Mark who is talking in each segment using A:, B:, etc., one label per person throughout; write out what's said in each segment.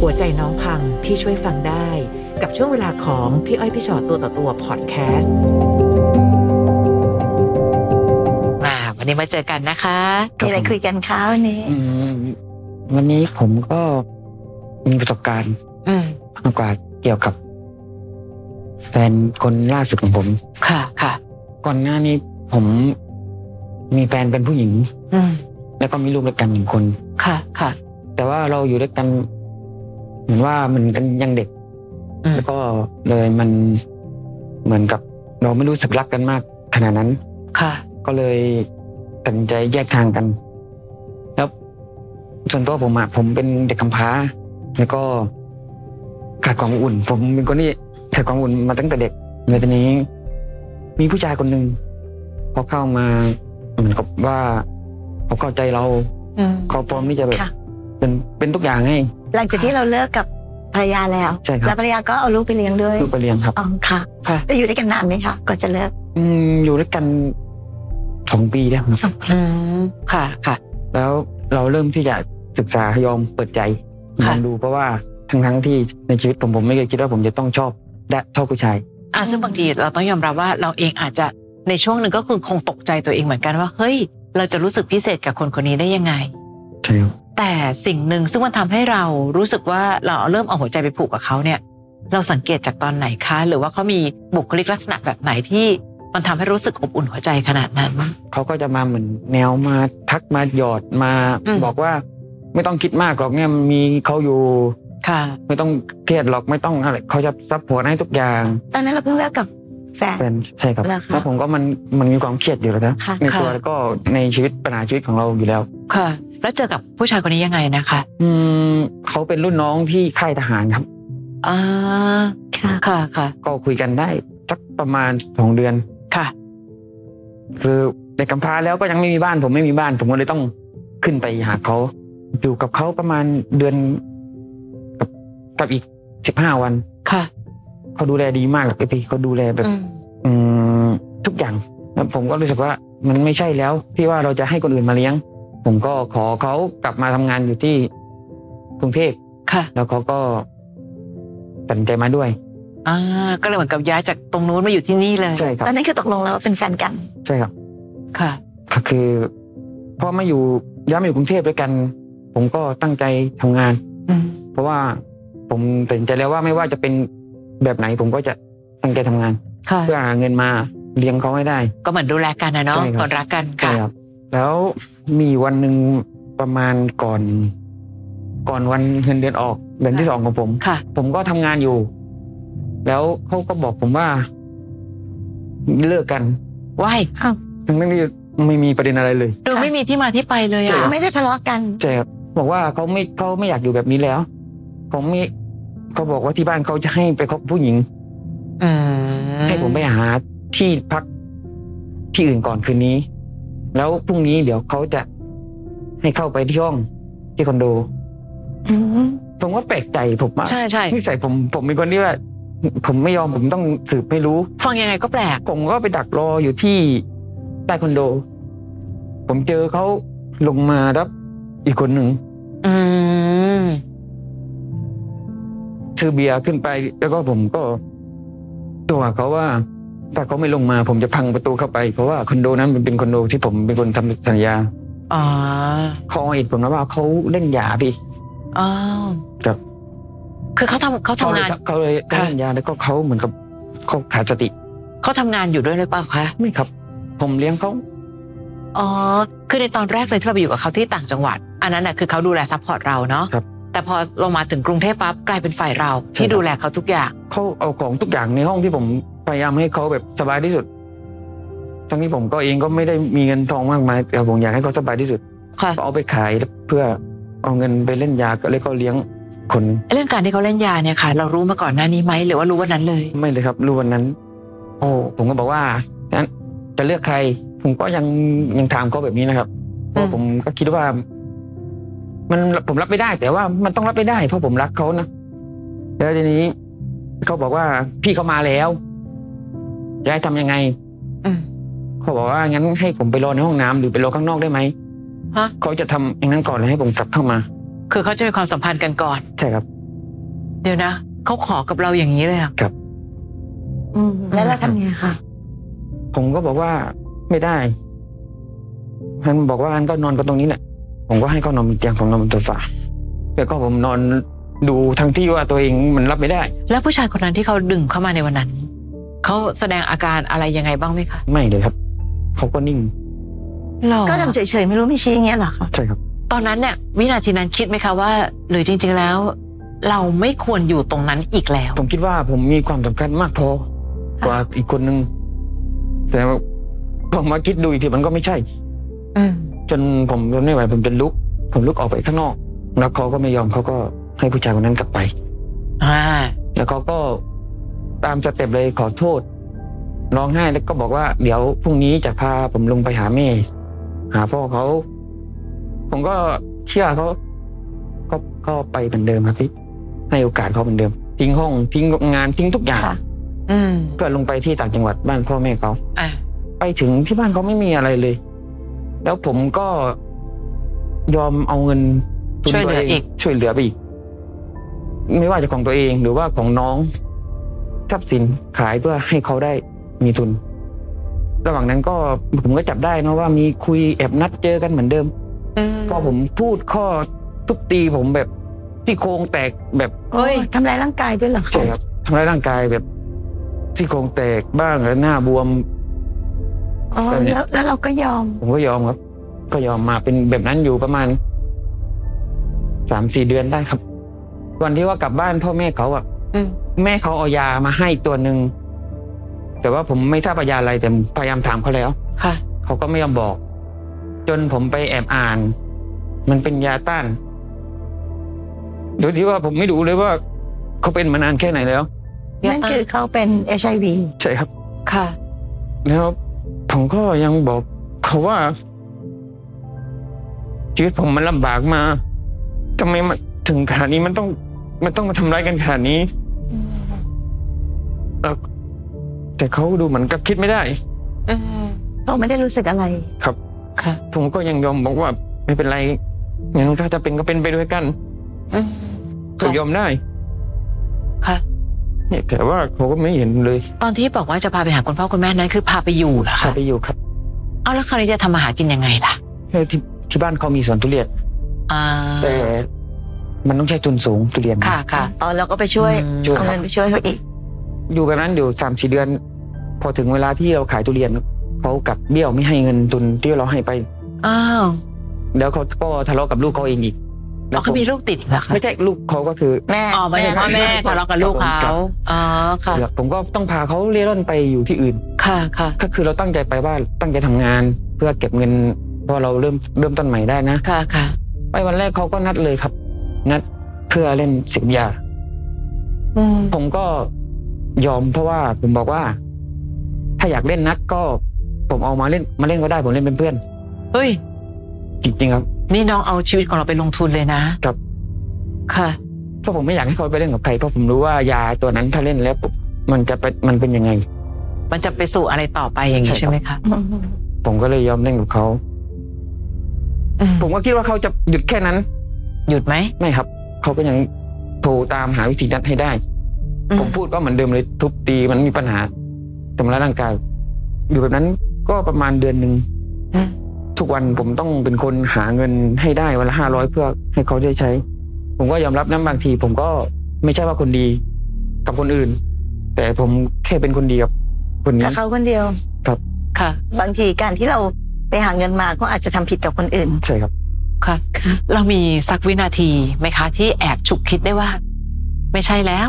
A: หัวใจน้องพังพี่ช่วยฟังได้ กับช่วงเวลาของพี่อ้อยพี่ชอตตัวต่อตัวพอดแคสต์มาวันนี้มาเจอกันนะคะ
B: มีอะไรคุยกันคะวันนี้
C: อืมวันนี้ผมก็มีประสบการณ์
A: อืม
C: มากกว่าเกี่ยวกับ แฟนคนล่าสุดของผม
A: ค่ะค่ะ
C: ก่อนหน้านี้ผมมีแฟนเป็นผู้หญิง
A: อืม
C: แล้วก็มีลูกด้วยกันหนึ่งคน
A: ค่ะค่ะ
C: แต่ว่าเราอยู่ด้วยกันเหมือนว่ามันกันยังเด็ก
A: อืม
C: แล้วก็เลยมันเหมือนกับ เราไม่รู้สึกรักกันมากขนาดนั้น
A: ค่ะ
C: ก็เลยตัดสินใจแยกทางกัน แล้วส่วนตัวผมอะผมเป็นเด็กกำพร้า แล้วก็ขาดความอบอุ่น ผมเป็นคนที่ขาดความอบอุ่นมาตั้งแต่เด็กเลยตอนนี้ มีผู้ชายคนหนึ่งเขาเข้ามาเหมือนกับว่าเขาเข้าใจเรา
A: อืม
C: เขาพร้อมที่จะแบบ
B: ค่ะ
C: เป็นเป็นทุกอย่างให้
B: หลังจากที่เราเลิกกับภรรยาแล้ว
C: ใช่ครับ
B: แล้วภรรยาก็เอาลูกไปเลี้ยงด้วย
C: ลูกไปเรียนครับ
B: อ๋อค่ะ
A: ค่ะ
B: แล้วอยู่ด้วยกันนานไหมคะก่อนจะเลิก
C: อืมอยู่ด้วยกันสองปีแล้วครับ
B: สองปี
A: อืมค่ะค่ะ
C: แล้วเราเริ่มที่จะศึกษายอมเปิดใจล
A: ค่ะ
C: องดูเพราะว่าทั้งทั้งๆที่ในชีวิตผมผมไม่เคยคิดว่าผมจะต้องชอบได้ชอบผู้ชาย
A: อ่ะซึ่งบางทีเราต้องยอมรับว่าเราเองอาจจะในช่วงหนึ่งก็คือคงตกใจตัวเองเหมือนกันว่า เฮ้ย เราจะรู้สึกพิเศษกับคนคนนี้ได้ยังไง
C: ใช่ครับ
A: แต่สิ่งหนึ่งซึ่งมันทำให้เรารู้สึกว่าเราเริ่มเอาหัวใจไปผูกกับเขาเนี่ย เราสังเกตจากตอนไหนคะ หรือว่าเขามีบุคลิกลักษณะแบบไหนที่มันทำให้รู้สึกอบอุ่นหัวใจขนาดนั้น
C: เขาก็จะมาเหมือนแนวมาทักมาหยอดมา
A: อืม
C: บอกว่าไม่ต้องคิดมากหรอกเนี่ยมีเขาอยู่
A: ค่ะ
C: ไม่ต้องเครียดหรอกไม่ต้องอะไรเขาจะซัพพอร์ตให้ทุกอย่าง
B: ตอนนั้นเราเพิ่งเลิกกับแฟน
C: แฟนใช่ครับ
B: เหรอคะ
C: แล้วผมก็มันมันมีความเครียดอยู่แล้วนะ
B: ค่ะ
C: ในตัว
A: ค่ะ
C: แล้วก็ในชีวิตปัญหาชีวิตของเราอยู่แล้ว
A: ค่ะ แล้วเจอกับผู้ชายคนนี้ยังไงนะคะ
C: อืมเขาเป็นรุ่นน้องที่ค่ายทหารครับ
A: อ่า
B: ค่ะ
A: ค่ะค่ะ
C: ก็คุยกันได้สักประมาณสองเดือน
A: ค่ะ
C: คือเด็กกำพร้าแล้วก็ยังไม่มีบ้าน ผมไม่มีบ้าน ผมก็เลยต้องขึ้นไปหาเขาอยู่กับเขาประมาณเดือนกับกับอีกสิบห้าวัน
A: ค่ะ
C: เขาดูแลดีมากไอพี่เขาดูแลแบบ
A: อืม
C: อืมทุกอย่างแล้วผมก็รู้สึกว่ามันไม่ใช่แล้วที่ว่าเราจะให้คนอื่นมาเลี้ยง ผมก็ขอเขากลับมาทำงานอยู่ที่กรุงเทพ
A: ค่ะ
C: แล้วเขาก็ตัดสินใจมาด้วย
A: อ่าก็เลยเหมือนกับย้ายจากตรงนู้นมาอยู่ที่นี่เลย
C: ใช่ครับ
B: ตอนนั้นคือตกลงแล้วว่าเป็นแฟนกัน
C: ใช่ครับ
A: ค่ะ
C: ก็คือพอมาอยู่ย้ายมาอยู่กรุงเทพด้วยกัน ผมก็ตั้งใจทำงาน
A: อืม
C: เพราะว่าผมตัดสินใจแล้วว่าไม่ว่าจะเป็นแบบไหน ผมก็จะตั้งใจทำงาน
A: ค่ะ
C: เพื่อหาเงินมาเลี้ยงเขาให้ได้
A: ก็เหมือนดูแลกันนะเนาะ
C: ใช่ครับ
A: คนรักกัน
C: ใช่
A: ค่ะ
C: ครับ แล้วมีวันหนึ่งประมาณก่อน ก่อนวันเงินเดือนออกเดือนที่สองของผม
A: ค่ะ
C: ผมก็ทำงานอยู่ แล้วเขาก็บอกผมว่าเลิกกัน
A: ว้าย
C: ทั้งๆที่ไม่มีประเด็นอะไรเลย
A: ดู
B: ค่ะ
A: ไม่มีที่มาที่ไปเลย
C: ใช่
A: อะ
C: ครับ
B: ไม่ได้ทะเลาะกัน
C: ใช่ครับบอกว่าเขาไม่เขาไม่อยากอยู่แบบนี้แล้วเขาไม่เขาบอกว่าที่บ้านเขาจะให้ไปคบผู้หญิง
A: อื
C: ให้ผมไปหาที่พักที่อื่นก่อนคืนนี้ แล้วพรุ่งนี้เดี๋ยวเขาจะให้เข้าไปที่ห้องที่คอนโด
B: อืม
C: ผมก็แปลกใจผมว่า
A: ใช่ใช่
C: นิสัยผมผมเป็นคนที่ว่า ผมไม่ยอมผมต้องสืบให้รู้
A: ฟังยังไงก็แปลก
C: ผมก็ไปดักรออยู่ที่ใต้คอนโด ผมเจอเขาลงมารับอีกคนหนึ่ง
A: อืม
C: ซื้อเบียร์ขึ้นไป แล้วก็ผมก็ตัวเขาว่า ถ้าเขาไม่ลงมาผมจะพังประตูเข้าไป เพราะว่าคอนโดนั้นมันเป็นคอนโดที่ผมเป็นคนทำสัญญา
A: อ๋อ
C: เขาเอาเหตุผลมาว่าเขาเล่นยาพี่
A: อ้าว
C: ครับ
A: คือเขาทำเขาทำ
C: เขาเลย
A: งาน
C: เขาเลย
A: ค่ะ
C: เขาเล่นยาแล้วก็เขาเหมือนกับเขาขาดสติ
A: เขาทำงานอยู่ด้วยหรือเปล่าคะ
C: ไม่ครับ ผมเลี้ยงเขา
A: อ๋อ คือในตอนแรกเลยที่เราไปอยู่กับเขาที่ต่างจังหวัด อันนั้นน่ะคือเขาดูแลซัพพอร์ตเราเนาะ
C: ครับ
A: แต่พอลงมาถึงกรุงเทพปั๊บกลายเป็นฝ่ายเรา
C: ใช่
A: ที่
C: ครับ
A: ดูแลเขาทุกอย่าง
C: เขาเอาของทุกอย่างในห้องที่ผมพยายามให้เขาแบบสบายที่สุด ทั้งที่ผมก็เองก็ไม่ได้มีเงินทองมากมายแต่ผมอยากให้เขาสบายที่สุด
A: ค่ะ
C: ก็เอาไปขายเพื่อเอาเงินไปเล่นยาก็เลยก็เลี้ยงคน
A: เรื่องการที่เขาเล่นยาเนี่ยค่ะ เรารู้มาก่อนหน้านี้ไหมหรือว่ารู้วันนั้นเลย
C: ไม่เลยครับรู้วันนั้น
A: โอ้
C: ผมก็บอกว่างั้นจะเลือกใคร ผมก็ยังยังถามเขาแบบนี้นะครับเพ
A: อืม
C: ราะผมก็คิดว่า มันผมรับไม่ได้ แต่ว่ามันต้องรับไม่ได้ เพราะผมรักเขานะแล้วทีนี้เขาบอกว่าพี่เขามาแล้วจะให้ทำยังไง
A: อืม
C: เขาบอกว่างั้นให้ผมไปรอในห้องน้ำหรือไปรอข้างนอกได้ไหม
A: ฮะ
C: เขาจะทำอย่างนั้นก่อนแล้วให้ผมกลับเข้ามา
A: คือเขาจะมีความสัมพันธ์กันก่อน
C: ใช่ครับ
A: เดี๋ยวนะเขาขอกับเราอย่างนี้เลยอะ
B: อืมแล้วเราทำไงคะ
C: ผมก็บอกว่าไม่ได้ท่านบอกว่าท่านก็นอนกันตรงนี้แหละ ผมก็ให้เขานอนบนเตียงผมนอนบนโซฟาแล้วก็ผมนอนดูทั้งที่ว่าตัวเองมันรับไม่ได้
A: แล้วผู้ชายคนนั้นที่เขาดึงเข้ามาในวันนั้น เขาแสดงอาการอะไรยังไงบ้างไหมคะ
C: ไม่เลยครับเขาก็นิ่ง
A: หรอ
B: ก็ทำเฉยๆไม่รู้ไม่ชี้อย่างเงี้ยเหรอคะ
C: ใช่ครับ
A: ตอนนั้นเนี่ยวินาทีนั้นคิดไหมคะว่า หรือจริง ๆแล้ว เราไม่ควรอยู่ตรงนั้นอีกแล้ว
C: ผมคิดว่าผมมีความสำคัญมากพอ กว่าอีกคนนึงแต่ว่าผมมาคิดดูอีกทีมันก็ไม่ใช่
A: อืม
C: จนผมทนไม่ไหวผมจะลุก ผมลุกออกไปข้างนอก แล้วเขาก็ไม่ยอมเขาก็ให้ผู้ชายคนนั้นกลับไป
A: อ่า
C: แล้วเขาก็ตามสเต็ปเลยขอโทษร้องไห้แล้วก็บอกว่าเดี๋ยวพรุ่งนี้จะพาผมลงไปหาแม่ หาพ่อเขาผมก็เชื่อเขาก็ก็ไปเหมือนเดิมครับพี่ให้โอกาสเขาเหมือนเดิม ทิ้งห้องทิ้งงานทิ้งทุกอย่าง
B: ค่ะ
A: อืม
C: เพื่อลงไปที่ต่างจังหวัดบ้านพ่อแม่เขา
A: อ่า
C: ไปถึงที่บ้านเขาไม่มีอะไรเลย แล้วผมก็ยอมเอาเงินทุน
A: ช่วยเหลือ
C: ตัวง
A: อีก
C: ช่วยเหลือไปอีก ไม่ว่าจะของตัวเองหรือว่าของน้องทรัพย์สินขายเพื่อให้เขาได้มีทุน ระหว่างนั้นก็ผมก็จับได้นะว่ามีคุยแอบนัดเจอกันเหมือนเดิม
A: ม
C: พอผมพูดข้อทุบตีผมแบบที่โครงแตกแบบ
A: เฮ้ย
B: โอ้ทำร้ายร่างกายด้วยเหรอคะ
C: ใช่ครับทำร้ายร่างกายแบบที่โครงแตกบ้างแล้วหน้าบวม
B: อ๋อแล้วแล้วเราก็ยอม
C: ผมก็ยอมครับ ก็ยอมมาเป็นแบบนั้นอยู่ประมาณสามสี่เดือนได้ครับ วันที่ว่ากลับบ้านพ่อแม่เขาอ่ะ
A: อืม
C: แม่เขาเอายามาให้ตัวหนึ่งแต่ว่าผมไม่ทราบว่ายาอะไรแต่พยายามถามเขาแล้ว
A: ค่ะ
C: เขาก็ไม่ยอมบอก จนผมไปแอบอ่าน มันเป็นยาต้านโดยที่ว่าผมไม่รู้เลยว่าเขาเป็นมานานแค่ไหนแล้ว
A: ยานั่
B: นั่นคือเขาเป็น HIV
C: ใช่ครับ
A: ค่ะ
C: แล้วผมก็ยังบอกเขาว่า ชีวิตผมมันลำบากมาทำไมมันถึงขนาดนี้มันต้อง มันต้องมาทำร้ายกันขนาดนี้เอ่อแต่เขาดูเหมือนกับคิดไม่ได้
A: อืม
B: เขาไม่ได้รู้สึกอะไร
A: ค่ะ
C: ผมก็ยังยอมบอกว่า ไม่เป็นไรงั้นก็จะเป็นก็เป็นไปด้วยกัน
A: อืม
C: ก็ยอมได้
A: ค่ะ
C: เนี่ยแต่ว่าเขาก็ไม่เห็นเลย
A: ตอนที่บอกว่าจะพาไปหาคุณพ่อคุณแม่นั้นคือพาไปอยู่เหรอ
C: พา
A: คะ
C: ไปอยู่ครับ
A: เอาแล้วคราวนี้จะทำมาหากินยังไงล่ะ
C: ที่ที่บ้านเขามีสวนทุเรียน
A: อ่า
C: แต่มันต้องใช้ทุนสูงทุเรียน
A: ค่ะค่ะ
B: อ๋อเราก็ไปช่วย
C: ช่วย
B: เอาเงินไปช่วยเขาอีก
C: อยู่แบบนั้นอยู่สามสี่เดือน พอถึงเวลาที่เราขายทุเรียนเขากลับเบี้ยวไม่ให้เงินทุนที่เราให้ไป
A: อ้าว
C: แล้วเขาก็ทะเลาะกับลูกเขาเองอีก
A: แล้วเขามีลูกติดเหรอคะ
C: ไม่ใช่ลูกเขาก็คือ
B: แม่
A: อ๋อหมายถึงว่าแม่ทะเลาะกับลูก
C: ครั
A: เขา
C: บ
A: อ๋อค่ะ
C: ผมก็ต้องพาเขาเล่ร่อนไปอยู่ที่อื่น
A: ค่ะค่ะ
C: ก็คือเราตั้งใจไปว่าตั้งใจทำงาน เพื่อเก็บเงินเพอเราเริ่มเริ่มต้นใหม่ได้นะ
A: ค่ะค่ะ
C: ไปวันแรกเขาก็นัดเลยครับ นัดเพื่อเล่นเสิบยา
A: อืม
C: ผมก็ยอมเพราะว่าผมบอกว่า ถ้าอยากเล่นนักก็ ผมเอามาเล่นมาเล่นก็ได้ผมเล่นเป็นเพื่อน
A: เฮ้ย
C: จริงๆครับ
A: นี่น้องเอาชีวิตของเราไปลงทุนเลยนะครับ ค่ะ
C: เพราะผมไม่อยากให้เขาไปเล่นกับใครเพราะผมรู้ว่ายาตัวนั้นถ้าเล่นแล้วปุ๊บมันจะเป็นมันเป็นยังไง
A: มันจะไปสู่อะไรต่อไปอย่างนี้
C: ใช่
A: ใช่ไหมคะ
B: อืม
C: ผมก็เลยยอมเล่นกับเขา
A: อืม
C: ผมก็คิดว่าเขาจะหยุดแค่นั้น
A: หยุดไหม
C: ไม่ครับ เขาก็ยังโทรตามหาวิธีนั้นให้ได้
A: อืม
C: ผมพูดก็เหมือนเดิมเลยทุบตีมันมีปัญหาทำร้ายร่างกายอยู่แบบนั้นก็ประมาณเดือนหนึ่ง
A: อืม
C: ทุกวันผมต้องเป็นคนหาเงินให้ได้วันละห้าร้อยเพื่อให้เขาได้ใช้ ผมก็ยอมรับนะบางที ผมก็ไม่ใช่ว่าคนดีกับคนอื่น แต่ผมแค่เป็นคนดีกับคนนี้
B: กับเขาคนเดียว
A: ค่ะ
B: บางทีการที่เราไปหาเงินมาก็อาจจะทำผิดกับคนอื่น
C: ใช่ครับ
A: ค่ะ
B: ค่ะ
A: เรามีสักวินาทีไหมคะ ที่แอบฉุกคิดได้ว่า ไม่ใช่แล้ว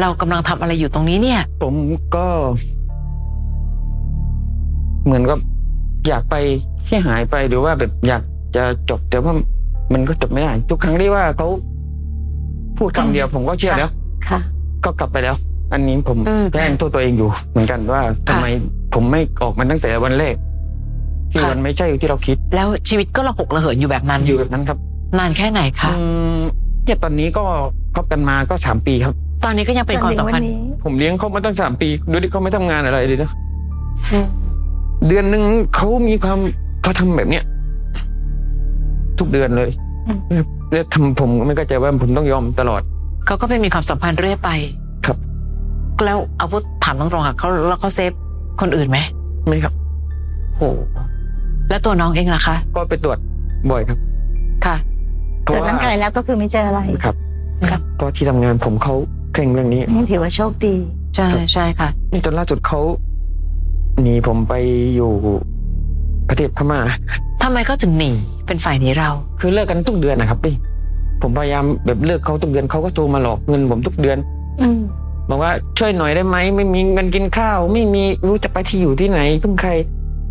A: เรากำลังทำอะไรอยู่ตรงนี้เนี่ย
C: ผมก็ เหมือนกับอยากไปที่หายไปหรือว่าแบบอยากจะจบ แต่ว่ามันก็จบไม่ได้ ทุกครั้งที่ว่าเขาพูดคำเดียว ผมก็เชื่อแล้ว
B: ค่ะ
C: ก็กลับไปแล้ว อันนี้ผม
A: อืม
C: แกล้งโทษตัวเองอยู่ เหมือนกันว่าทำไมผมไม่ออกมันตั้งแต่วันแรกที่
A: ค่ะ
C: มันไม่ใช่ที่เราคิด
A: แล้วชีวิตก็ระหกระเหินอยู่แบบนั้น
C: อยู่แบบนั้นครับ
A: นานแค่ไหนคะ
C: อืมเนี่ยตอนนี้ก็คบกันมาก็สามปีครับ
A: ตอนนี้ก็ยังเป็นความสัมพันธ์
C: ผมเลี้ยงเขามาตั้งสามปีโดยที่เขาไม่ทำงานอะไรเลยนะ
B: อืม
C: เดือนหนึ่งเขามีความเขาทำแบบเนี้ยทุกเดือนเลย
B: อืม
C: แล้วทำผมก็ไม่เข้าใจว่าผมต้องยอมตลอด
A: เขาก็ไปมีความสัมพันธ์เรื่อยไป
C: ครับ
A: แล้วเอาพูดถามตรงๆค่ะเขาแล้วเขาเซฟคนอื่นไหม
C: ไม่ครับ
A: โหแล้วตัวน้องเองล่ะคะ
C: ก็ไปตรวจบ่อยครับ
A: ค่ะ
C: เพ
B: ตร
C: ราะ
B: วจ
C: ว่า
B: ร่างกายแล้วก็คือไม่เจออะไร
C: ครับ
A: ครับ
C: เพราะที่ทำงานผมเขาเคร่งเรื่องนี้
B: นี่ถือว่าโชคดี
A: ใช่
C: ครับ
A: ใช่ค่ะ
C: จนล่าสุดเขาหนีผมไปอยู่ประเทศพม่า
A: ทำไมเขาถึงหนีเป็นฝ่ายหนี้เรา
C: คือเลิกกันทุกเดือนนะครับพี่ผมพยายามแบบเลิกเขาทุกเดือนเขาก็โทรมาหลอกเงินผมทุกเดือน
B: อืม
C: บอกว่าช่วยหน่อยได้ไหมไม่มีเงินกินข้าว ไม่มีรู้จะไปที่อยู่ที่ไหนพึ่งใคร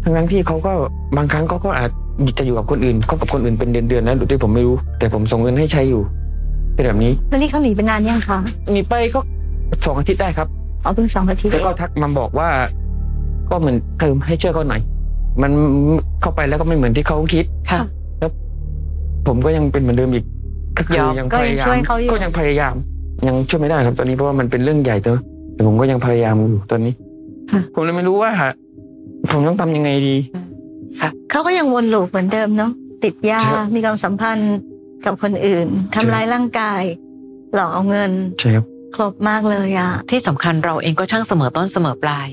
C: ทั้งทั้งๆที่เขาก็บางครั้งเขาก็อาจจะอยู่กับคนอื่นเขากับคนอื่นเป็นเดือนๆนะโดยที่ผมไม่รู้ แต่ผมส่งเงินให้ใช้อยู่เป็นแบบนี้
B: แล้วนี่เขาหนีไปนานยังคะ
C: หนีไปก็สองอาทิตย์ได้ครับ
B: เอาเพิ่งสองอาทิตย์
C: แล้วก็ทักมาบอกว่า ก็เหมือนเออให้ช่วยเขาหน่อย มันเข้าไปแล้วก็ไม่เหมือนที่เขาคิด
A: ค่ะ
C: ผมก็ยังเป็นเหมือนเดิมอีกก็คือย
A: อม
C: ยัง
B: ก็
C: พ
B: ยัง
C: ยายา
B: ช่วย
C: ม
B: เขาอยู่
C: ก็ยังพยายาม ยังช่วยไม่ได้ครับ ตอนนี้เพราะว่ามันเป็นเรื่องใหญ่เตอะแต่ผมก็ยังพยายามอยู่ตอนนี้
B: ะ
C: ผมเลยไม่รู้ว่า ผมต้องทำยังไงดี
B: เขาก็ยังวนลูปเหมือนเดิมเนาะติดยา
C: ใช่
B: มีความสัมพันธ์กับคนอื่นทำ
C: ใช่
B: ร้ายร่างกาย หลอกเอาเงิน
C: ใช่ครับ
B: ครบมากเลยอะ
A: ที่สำคัญเราเองก็ช่างเสมอต้นเสมอปลาย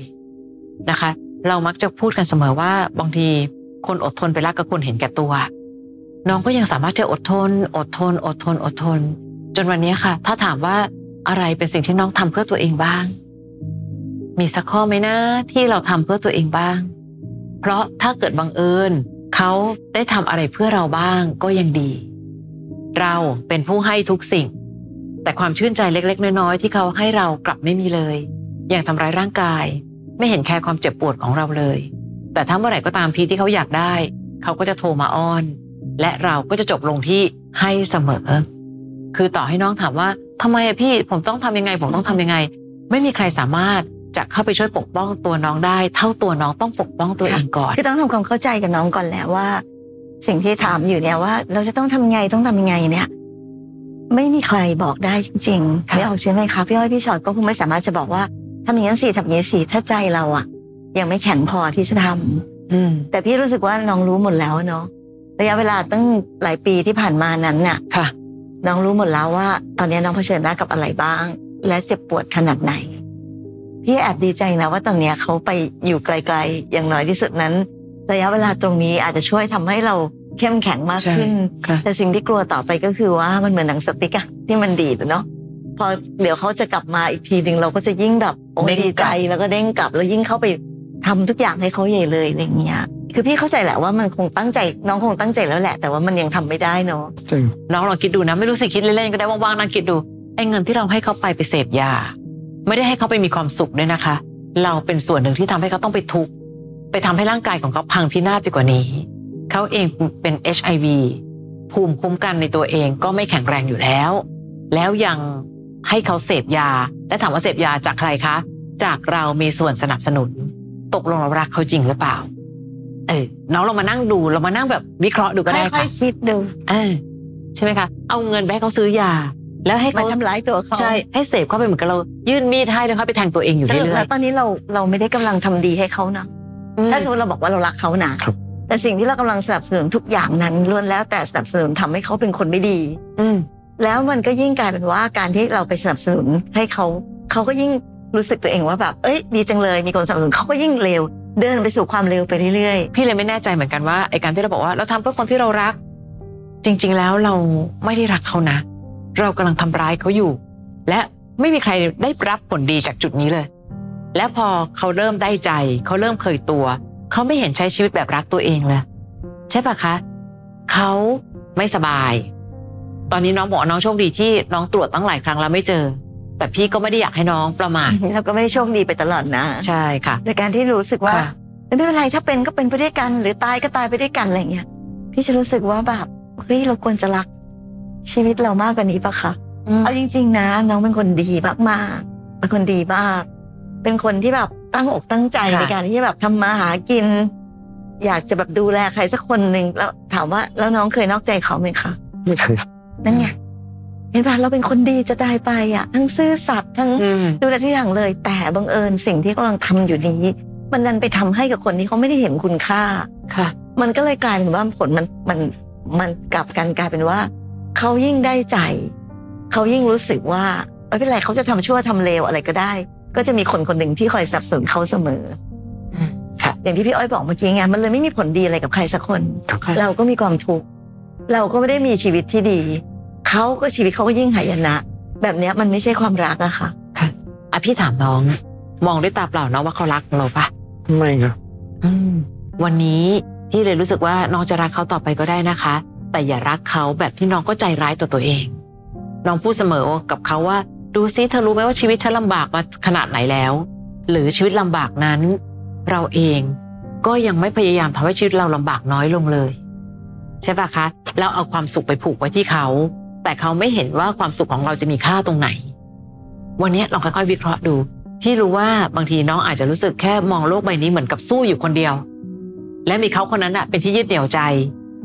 A: นะคะ เรามักจะพูดกันเสมอว่าบางทีคนอดทนไปรักกับคนเห็นแก่ตัว น้องก็ยังสามารถจะอดทน อดทน อดทน อดทน จนวันนี้ค่ะ ถ้าถามว่าอะไรเป็นสิ่งที่น้องทำเพื่อตัวเองบ้าง มีสักข้อไหมนะที่เราทำเพื่อตัวเองบ้าง เพราะถ้าเกิดบังเอิญเขาได้ทำอะไรเพื่อเราบ้างก็ยังดี เราเป็นผู้ให้ทุกสิ่ง แต่ความชื่นใจเล็ก ๆ น้อยๆที่เขาให้เรากลับไม่มีเลย อย่างทำร้ายร่างกาย ไม่เห็นแคร์ความเจ็บปวดของเราเลย แต่ถ้าเมื่อไหร่ก็ตามทีที่เขาอยากได้ เขาก็จะโทรมาอ้อน และเราก็จะจบลงที่ให้เสมอ คือต่อให้น้องถามว่าทำไมอะพี่ผมต้องทำยังไง ผมต้องทำยังไง ไม่มีใครสามารถจะเข้าไปช่วยปกป้องตัวน้องได้ เท่าตัวน้องต้องปกป้องตัวเองก่อน
B: คือต้องทำความเข้าใจกับน้องก่อนแหล้วว่า สิ่งที่ถามอยู่เนี่ยว่า เราจะต้องทำไงต้องทำยังไงเนี่ย ไม่มีใครบอกได้จริงๆ
A: ค่ะ
B: ไม่ออกใช่ไหมคะพี่อ้อยพี่ชอตก็คงไม่สามารถจะบอกว่าทำอย่างนั้นสิทำอย่างนี้สิถ้าใจเราอะยังไม่แข็งพอที่จะทำ
A: อืม
B: แต่พี่รู้สึกว่าน้องรู้หมดแล้วเนาะระยะเวลาตั้งหลายปีที่ผ่านมานั้นน่ะ
A: ค่ะ
B: น้องรู้หมดแล้วว่า ตอนนี้น้องเผชิญหน้ากับอะไรบ้าง และเจ็บปวดขนาดไหน พี่แอบดีใจนะว่าตอนเนี้ยเขาไปอยู่ไกลๆ อย่างน้อยที่สุดนั้น ระยะเวลาตรงนี้อาจจะช่วยทำให้เราเข้มแข็งมาก
A: ใช่
B: ขึ้น
A: ค่ะ
B: แต่สิ่งที่กลัวต่อไปก็คือว่ามันเหมือนหนังสติ๊กอะที่มันดีดอะเนาะพอเดี๋ยวเขาจะกลับมาอีกทีหนึ่งเราก็จะยิ่งแบบโอ้ย
A: เด้งกลับ
B: ดีใจแล้วก็เด้งกลับ แล้วยิ่งเข้าไปทำทุกอย่างให้เขาใหญ่เลยอะไรเงี้ย คือพี่เข้าใจแหละว่ามันคงตั้งใจน้องคงตั้งใจแล้วแหละ แต่ว่ามันยังทำไม่ได้เนาะ
C: ใช่ครับ
A: น้องลองคิดดูนะไม่รู้สิคิดเล่นๆก็ได้ว่างๆนั่งคิดดูไอ้เงินที่เราให้เขาไปไปเสพยา ไม่ได้ให้เขาไปมีความสุขด้วยนะคะ เราเป็นส่วนหนึ่งที่ทำให้เขาต้องไปทุกข์ไปทำให้ร่างกายของเขาพังพินาศไปกว่านี้ เขาเองเป็น HIV ภูมิคุ้มกันในตัวเองก็ไม่แข็งแรงอยู่แล้ว แล้วยังให้เขาเสพยา และถามว่าเสพยาจากใครคะ จากเรามีส่วนสนับสนุน ตกลงเรารักเขาจริงหรือเปล่า เออน้องเรามานั่งดูเรามานั่งแบบวิเคราะห์ดูก็ได้
B: ค่อ
A: ค่ะ
B: ยๆคิดดู
A: เออใช่ไหมคะ เอาเงินไปให้เขาซื้อยา แล้วให้
B: มัน
A: เขา
B: ทำร้ายตัวเขา
A: ใช่ให้เสพเข้าไปเหมือนกับเรา ยื่นมีดให้แล้วเขาไปแทงตัวเองอยู่
B: สรุป
A: เรื่อ
B: แล้
A: ยว
B: ตอนนี้เราเราไม่ได้กำลังทำดีให้เขานะ
A: ๆอืม
B: ถ้าสมมติเราบอกว่าเรารักเขานะแต่สิ่งที่เรากำลังสนับสนุนทุกอย่างนั้นล้วนแล้วแต่สนับสนุนทำให้เขาเป็นคนไม่ดี
A: อืม
B: แล้วมันก็ยิ่งกลายเป็นว่าการที่เราไปสนับสนุนให้เขาเขาก็ยิ่งรู้สึกตัวเองว่าแบบเอ้ยดีจังเลยมีคนสนับสนุนเขาก็ยิ่งเลวเดินไปสู่ความเลวไปเรื่อย
A: พี่เลยไม่แน่ใจเหมือนกันว่าไอการที่เราบอกว่าเราทำเพื่อคนที่เรารัก จริง ๆ แล้วเราไม่ได้รักเขานะ เรากำลังทำร้ายเขาอยู่ และไม่มีใครได้รับผลดีจากจุดนี้เลย และพอเขาเริ่มได้ใจเขาเริ่มเคยตัวเขาไม่เห็นใช้ชีวิตแบบรักตัวเองเลยใช่ปะคะเขาไม่สบาย ตอนนี้น้องบอกว่าน้องโชคดีที่น้องตรวจตั้งหลายครั้งแล้วไม่เจอ แต่พี่ก็ไม่ได้อยากให้น้องประมาท
B: ๆเราก็ไม่ได้โชคดีไปตลอดนะ
A: ใช่ค่ะ
B: ในการที่รู้สึกว่า
A: ค่ะ
B: ไม่เป็นไรถ้าเป็นก็เป็นไปด้วยกัน หรือตายก็ตายไปด้วยกันอะไรอย่างเงี้ยพี่จะรู้สึกว่าแบบเฮ้ยเราควรจะรักชีวิตเรามากกว่านี้ปะคะเอาจริง ๆ นะ น้องเป็นคนดีมากๆเป็นคนดีมาก เป็นคนที่แบบตั้งอกตั้งใจ
A: ค่ะ
B: ในการที่จะแบบทำมาหากิน อยากจะแบบดูแลใครสักคนหนึ่งแล้วถามว่าแล้วน้องเคยนอกใจเขาไหมคะ
C: ไม่เคยครับ
B: นั่นไงเห็นปะเราเป็นคนดีจะตายไปอ่ะ ทั้งซื่อสัตย์ทั้ง
A: อืม
B: ดูแลทุกอย่างเลย แต่บังเอิญสิ่งที่กำลังทำอยู่นี้ มันดันไปทำให้กับคนที่เขาไม่ได้เห็นคุณค่า
A: ค่ะ
B: มันก็เลยกลายเป็นว่าผลมันมันมันกลับกันกลายเป็นว่า เขายิ่งได้ใจ เขายิ่งรู้สึกว่าไม่เป็นไรเขาจะทำชั่วทำเลวอะไรก็ได้ ก็จะมีคนคนหนึ่งที่คอยสนับสนุนเขาเสมอ
A: อืมค่ะ
B: อย่างที่พี่อ้อยบอกเมื่อกี้ไงมันเลยไม่มีผลดีอะไรกับใครสักคน
A: ค่ะ
B: เราก็มีความทุกข์เราก็ไม่ได้มีชีวิตที่ดี เขาก็ชีวิตเขาก็ยิ่งหายนะ แบบเนี้ยมันไม่ใช่ความรักอะค่ะ
A: อ่ะพี่ถามน้อง มองด้วยตาเปล่าน้องว่าเขารักเราปะ
C: ไม่ครับ
A: อืม วันนี้พี่เลยรู้สึกว่าน้องจะรักเขาต่อไปก็ได้นะคะ แต่อย่ารักเขาแบบที่น้องก็ใจร้ายต่อตัวเอง น้องพูดเสมอกับเขาว่า ดูซิเธอรู้ไหมว่าชีวิตฉันลำบากมาขนาดไหนแล้ว หรือชีวิตลำบากนั้น เราเองก็ยังไม่พยายามทำให้ชีวิตเราลำบากน้อยลงเลย ใช่ปะคะ เราเอาความสุขไปผูกไว้ที่เขา แต่เขาไม่เห็นว่าความสุขของเราจะมีค่าตรงไหน วันนี้ลองค่อยๆวิเคราะห์ดู พี่รู้ว่าบางทีน้องอาจจะรู้สึกแค่มองโลกใบนี้เหมือนกับสู้อยู่คนเดียว และมีเขาคนนั้นอะเป็นที่ยึดเหนี่ยวใจ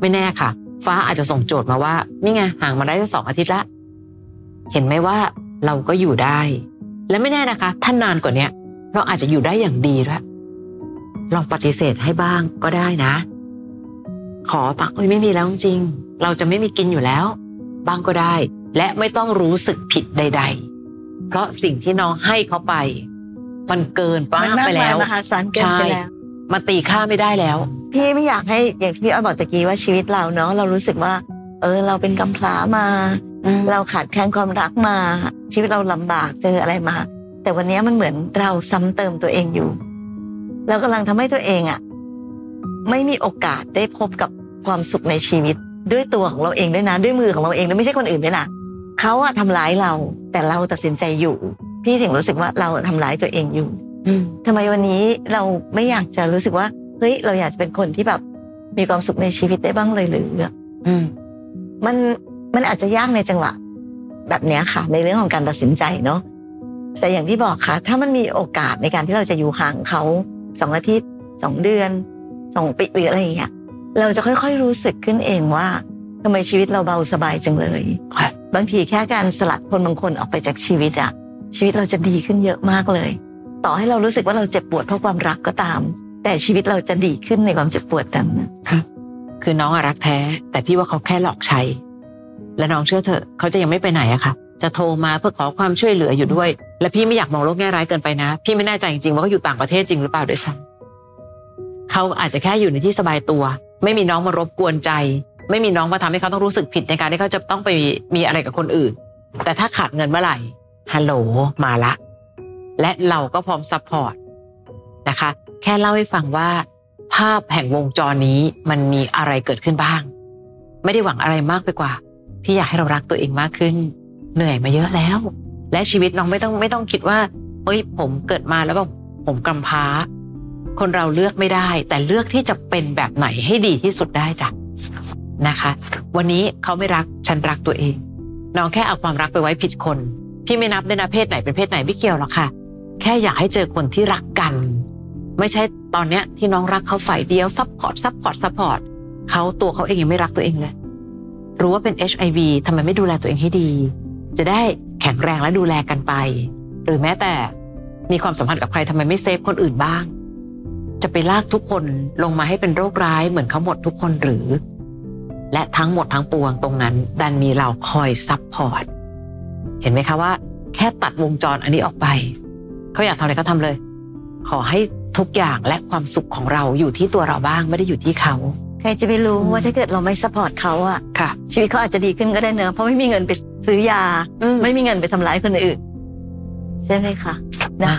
A: ไม่แน่ค่ะ ฟ้าอาจจะส่งโจทย์มาว่านี่ไงห่างมาได้ตั้งสองอาทิตย์ละ เห็นไหมว่าเราก็อยู่ได้ และไม่แน่นะคะถ้านานกว่าเนี้ยเราอาจจะอยู่ได้อย่างดีด้วยลองปฏิเสธให้บ้างก็ได้นะ ขอปักเอ้ยไม่มีแล้วจริงๆเราจะไม่มีกินอยู่แล้ว บ้างก็ได้ และไม่ต้องรู้สึกผิดใด ๆ เพราะสิ่งที่น้องให้เขาไป มันเกินป้ากไปแล้ว
B: มันมากมายมหาศาลเกินไปแล้ว
A: มันตีค่าไม่ได้แล้ว
B: พี่ไม่อยากให้อย่างที่พี่อ้อยบอกตะกี้ว่าชีวิตเราเนาะเรารู้สึกว่า เออ เราเป็นกำพร้ามา เราขาดแคลนความรักมา ชีวิตเราลำบากเจออะไรมา แต่วันนี้มันเหมือนเราซ้ำเติมตัวเองอยู่ เรากำลังทำให้ตัวเองอะไม่มีโอกาสได้พบกับความสุขในชีวิต ด้วยตัวของเราเองด้วยนะด้วยมือของเราเองด้วยไม่ใช่คนอื่นด้วยนะเขาอะทำร้ายเรา แต่เราตัดสินใจอยู่ พี่ถึงรู้สึกว่าเราทำร้ายตัวเองอยู่ ทำไมวันนี้เราไม่อยากจะรู้สึกว่าเฮ้ยเราอยากจะเป็นคนที่แบบมีความสุขในชีวิตได้บ้างเลยหรือ
A: อืม
B: มันมันอาจจะยากในจังหวะ แบบเนี้ยค่ะ ในเรื่องของการตัดสินใจเนาะแต่อย่างที่บอกค่ะ ถ้ามันมีโอกาสในการที่เราจะอยู่ห่างเขาสองอาทิตย์สองเดือนสองปีหรืออะไรอย่างเงี้ยเราจะค่อยๆรู้สึกขึ้นเองว่าทำไมชีวิตเราเบาสบายจังเลย
A: ค่ะ
B: บางทีแค่การสลัดคนบางคนออกไปจากชีวิตอะชีวิตเราจะดีขึ้นเยอะมากเลย ต่อให้เรารู้สึกว่าเราเจ็บปวดเพราะความรักก็ตาม แต่ชีวิตเราจะดีขึ้นในความเจ็บปวดนั้นนะ
A: คือน้องอะรักแท้ แต่พี่ว่าเขาแค่หลอกใช้ และน้องเชื่อเถอะเขาจะยังไม่ไปไหนอะค่ะ จะโทรมาเพื่อขอความช่วยเหลืออยู่ด้วย และพี่ไม่อยากมองโลกแง่ร้ายเกินไปนะ พี่ไม่แน่ใจจริงๆว่าเขาอยู่ต่างประเทศจริงหรือเปล่าด้วยซ้ำเขาอาจจะแค่อยู่ในที่สบายตัว ไม่มีน้องมารบกวนใจ ไม่มีน้องมาทำให้เขาต้องรู้สึกผิดในการที่เขาจะต้องไปมีอะไรกับคนอื่น แต่ถ้าขาดเงินเมื่อไหร่ฮัลโหลมาละ และเราก็พร้อมซัพพอร์ตนะคะ แค่เล่าให้ฟังว่า ภาพแห่งวงจรนี้มันมีอะไรเกิดขึ้นบ้าง ไม่ได้หวังอะไรมากไปกว่า พี่อยากให้เรารักตัวเองมากขึ้น เหนื่อยมาเยอะแล้ว และชีวิตน้องไม่ต้องไม่ต้องคิดว่าเอ้ยผมเกิดมาแล้วแบบผมกำพร้า คนเราเลือกไม่ได้ แต่เลือกที่จะเป็นแบบไหนให้ดีที่สุดได้จ้ะนะคะ วันนี้เขาไม่รักฉันรักตัวเอง น้องแค่เอาความรักไปไว้ผิดคน พี่ไม่นับด้วยนะเพศไหนเป็นเพศไหนไม่เกี่ยวหรอกค่ะ แค่อยากให้เจอคนที่รักกัน ไม่ใช่ตอนเนี้ยที่น้องรักเขาฝ่ายเดียวซัพพอร์ตซัพพอร์ตซัพพอร์ตเขาตัวเขาเองยังไม่รักตัวเองเลย รู้ว่าเป็น HIV ทำไมไม่ดูแลตัวเองให้ดี จะได้แข็งแรงและดูแลกันไป หรือแม้แต่มีความสัมพันธ์กับใครทำไมไม่เซฟคนอื่นบ้าง จะไปลากทุกคนลงมาให้เป็นโรคร้ายเหมือนเขาหมดทุกคนหรือ และทั้งหมดทั้งปวงตรงนั้น ดันมีเราคอยซัพพอร์ตเห็นไหมคะว่า แค่ตัดวงจรอันนี้ออกไปเขาอยากทำอะไรก็ทำเลย ขอให้ทุกอย่างและความสุขของเราอยู่ที่ตัวเราบ้างไม่ได้อยู่ที่เขา
B: ใครจะไปรู้ว่าถ้าเกิดเราไม่สปอร์ตเขาอะ
A: ค่ะ
B: ชีวิตเขาอาจจะดีขึ้นก็ได้เนอะเพราะไม่มีเงินไปซื้อยา
A: ไม่
B: ไม่มีเงินไปทำร้ายคนอื่น ใช่ไหมคะนะ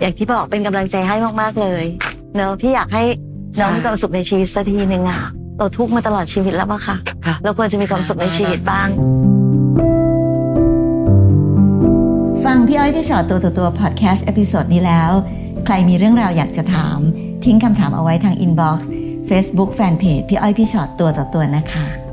B: อย่างที่บอกเป็นกำลังใจให้มากๆเลยเนอะพี่อยากให้น้อง
A: ค่ะ
B: มีความสุขในชีวิตสักทีหนึ่งอะเราทุกข์มาตลอดชีวิตแล้วอะค่ะ
A: ค่ะ
B: เราควรจะมีความสุขในชีวิตบ้าง ฟังพี่อ้อยพี่ชอตตัวต่อตัวพอดแคสต์เอพิโซดนี้แล้ว ใครมีเรื่องราวอยากจะถาม ทิ้งคำถามเอาไว้ทางอินบ็อกซ์เฟซบุ๊กแฟนเพจพี่อ้อยพี่ชอตตัวต่อตัวนะคะ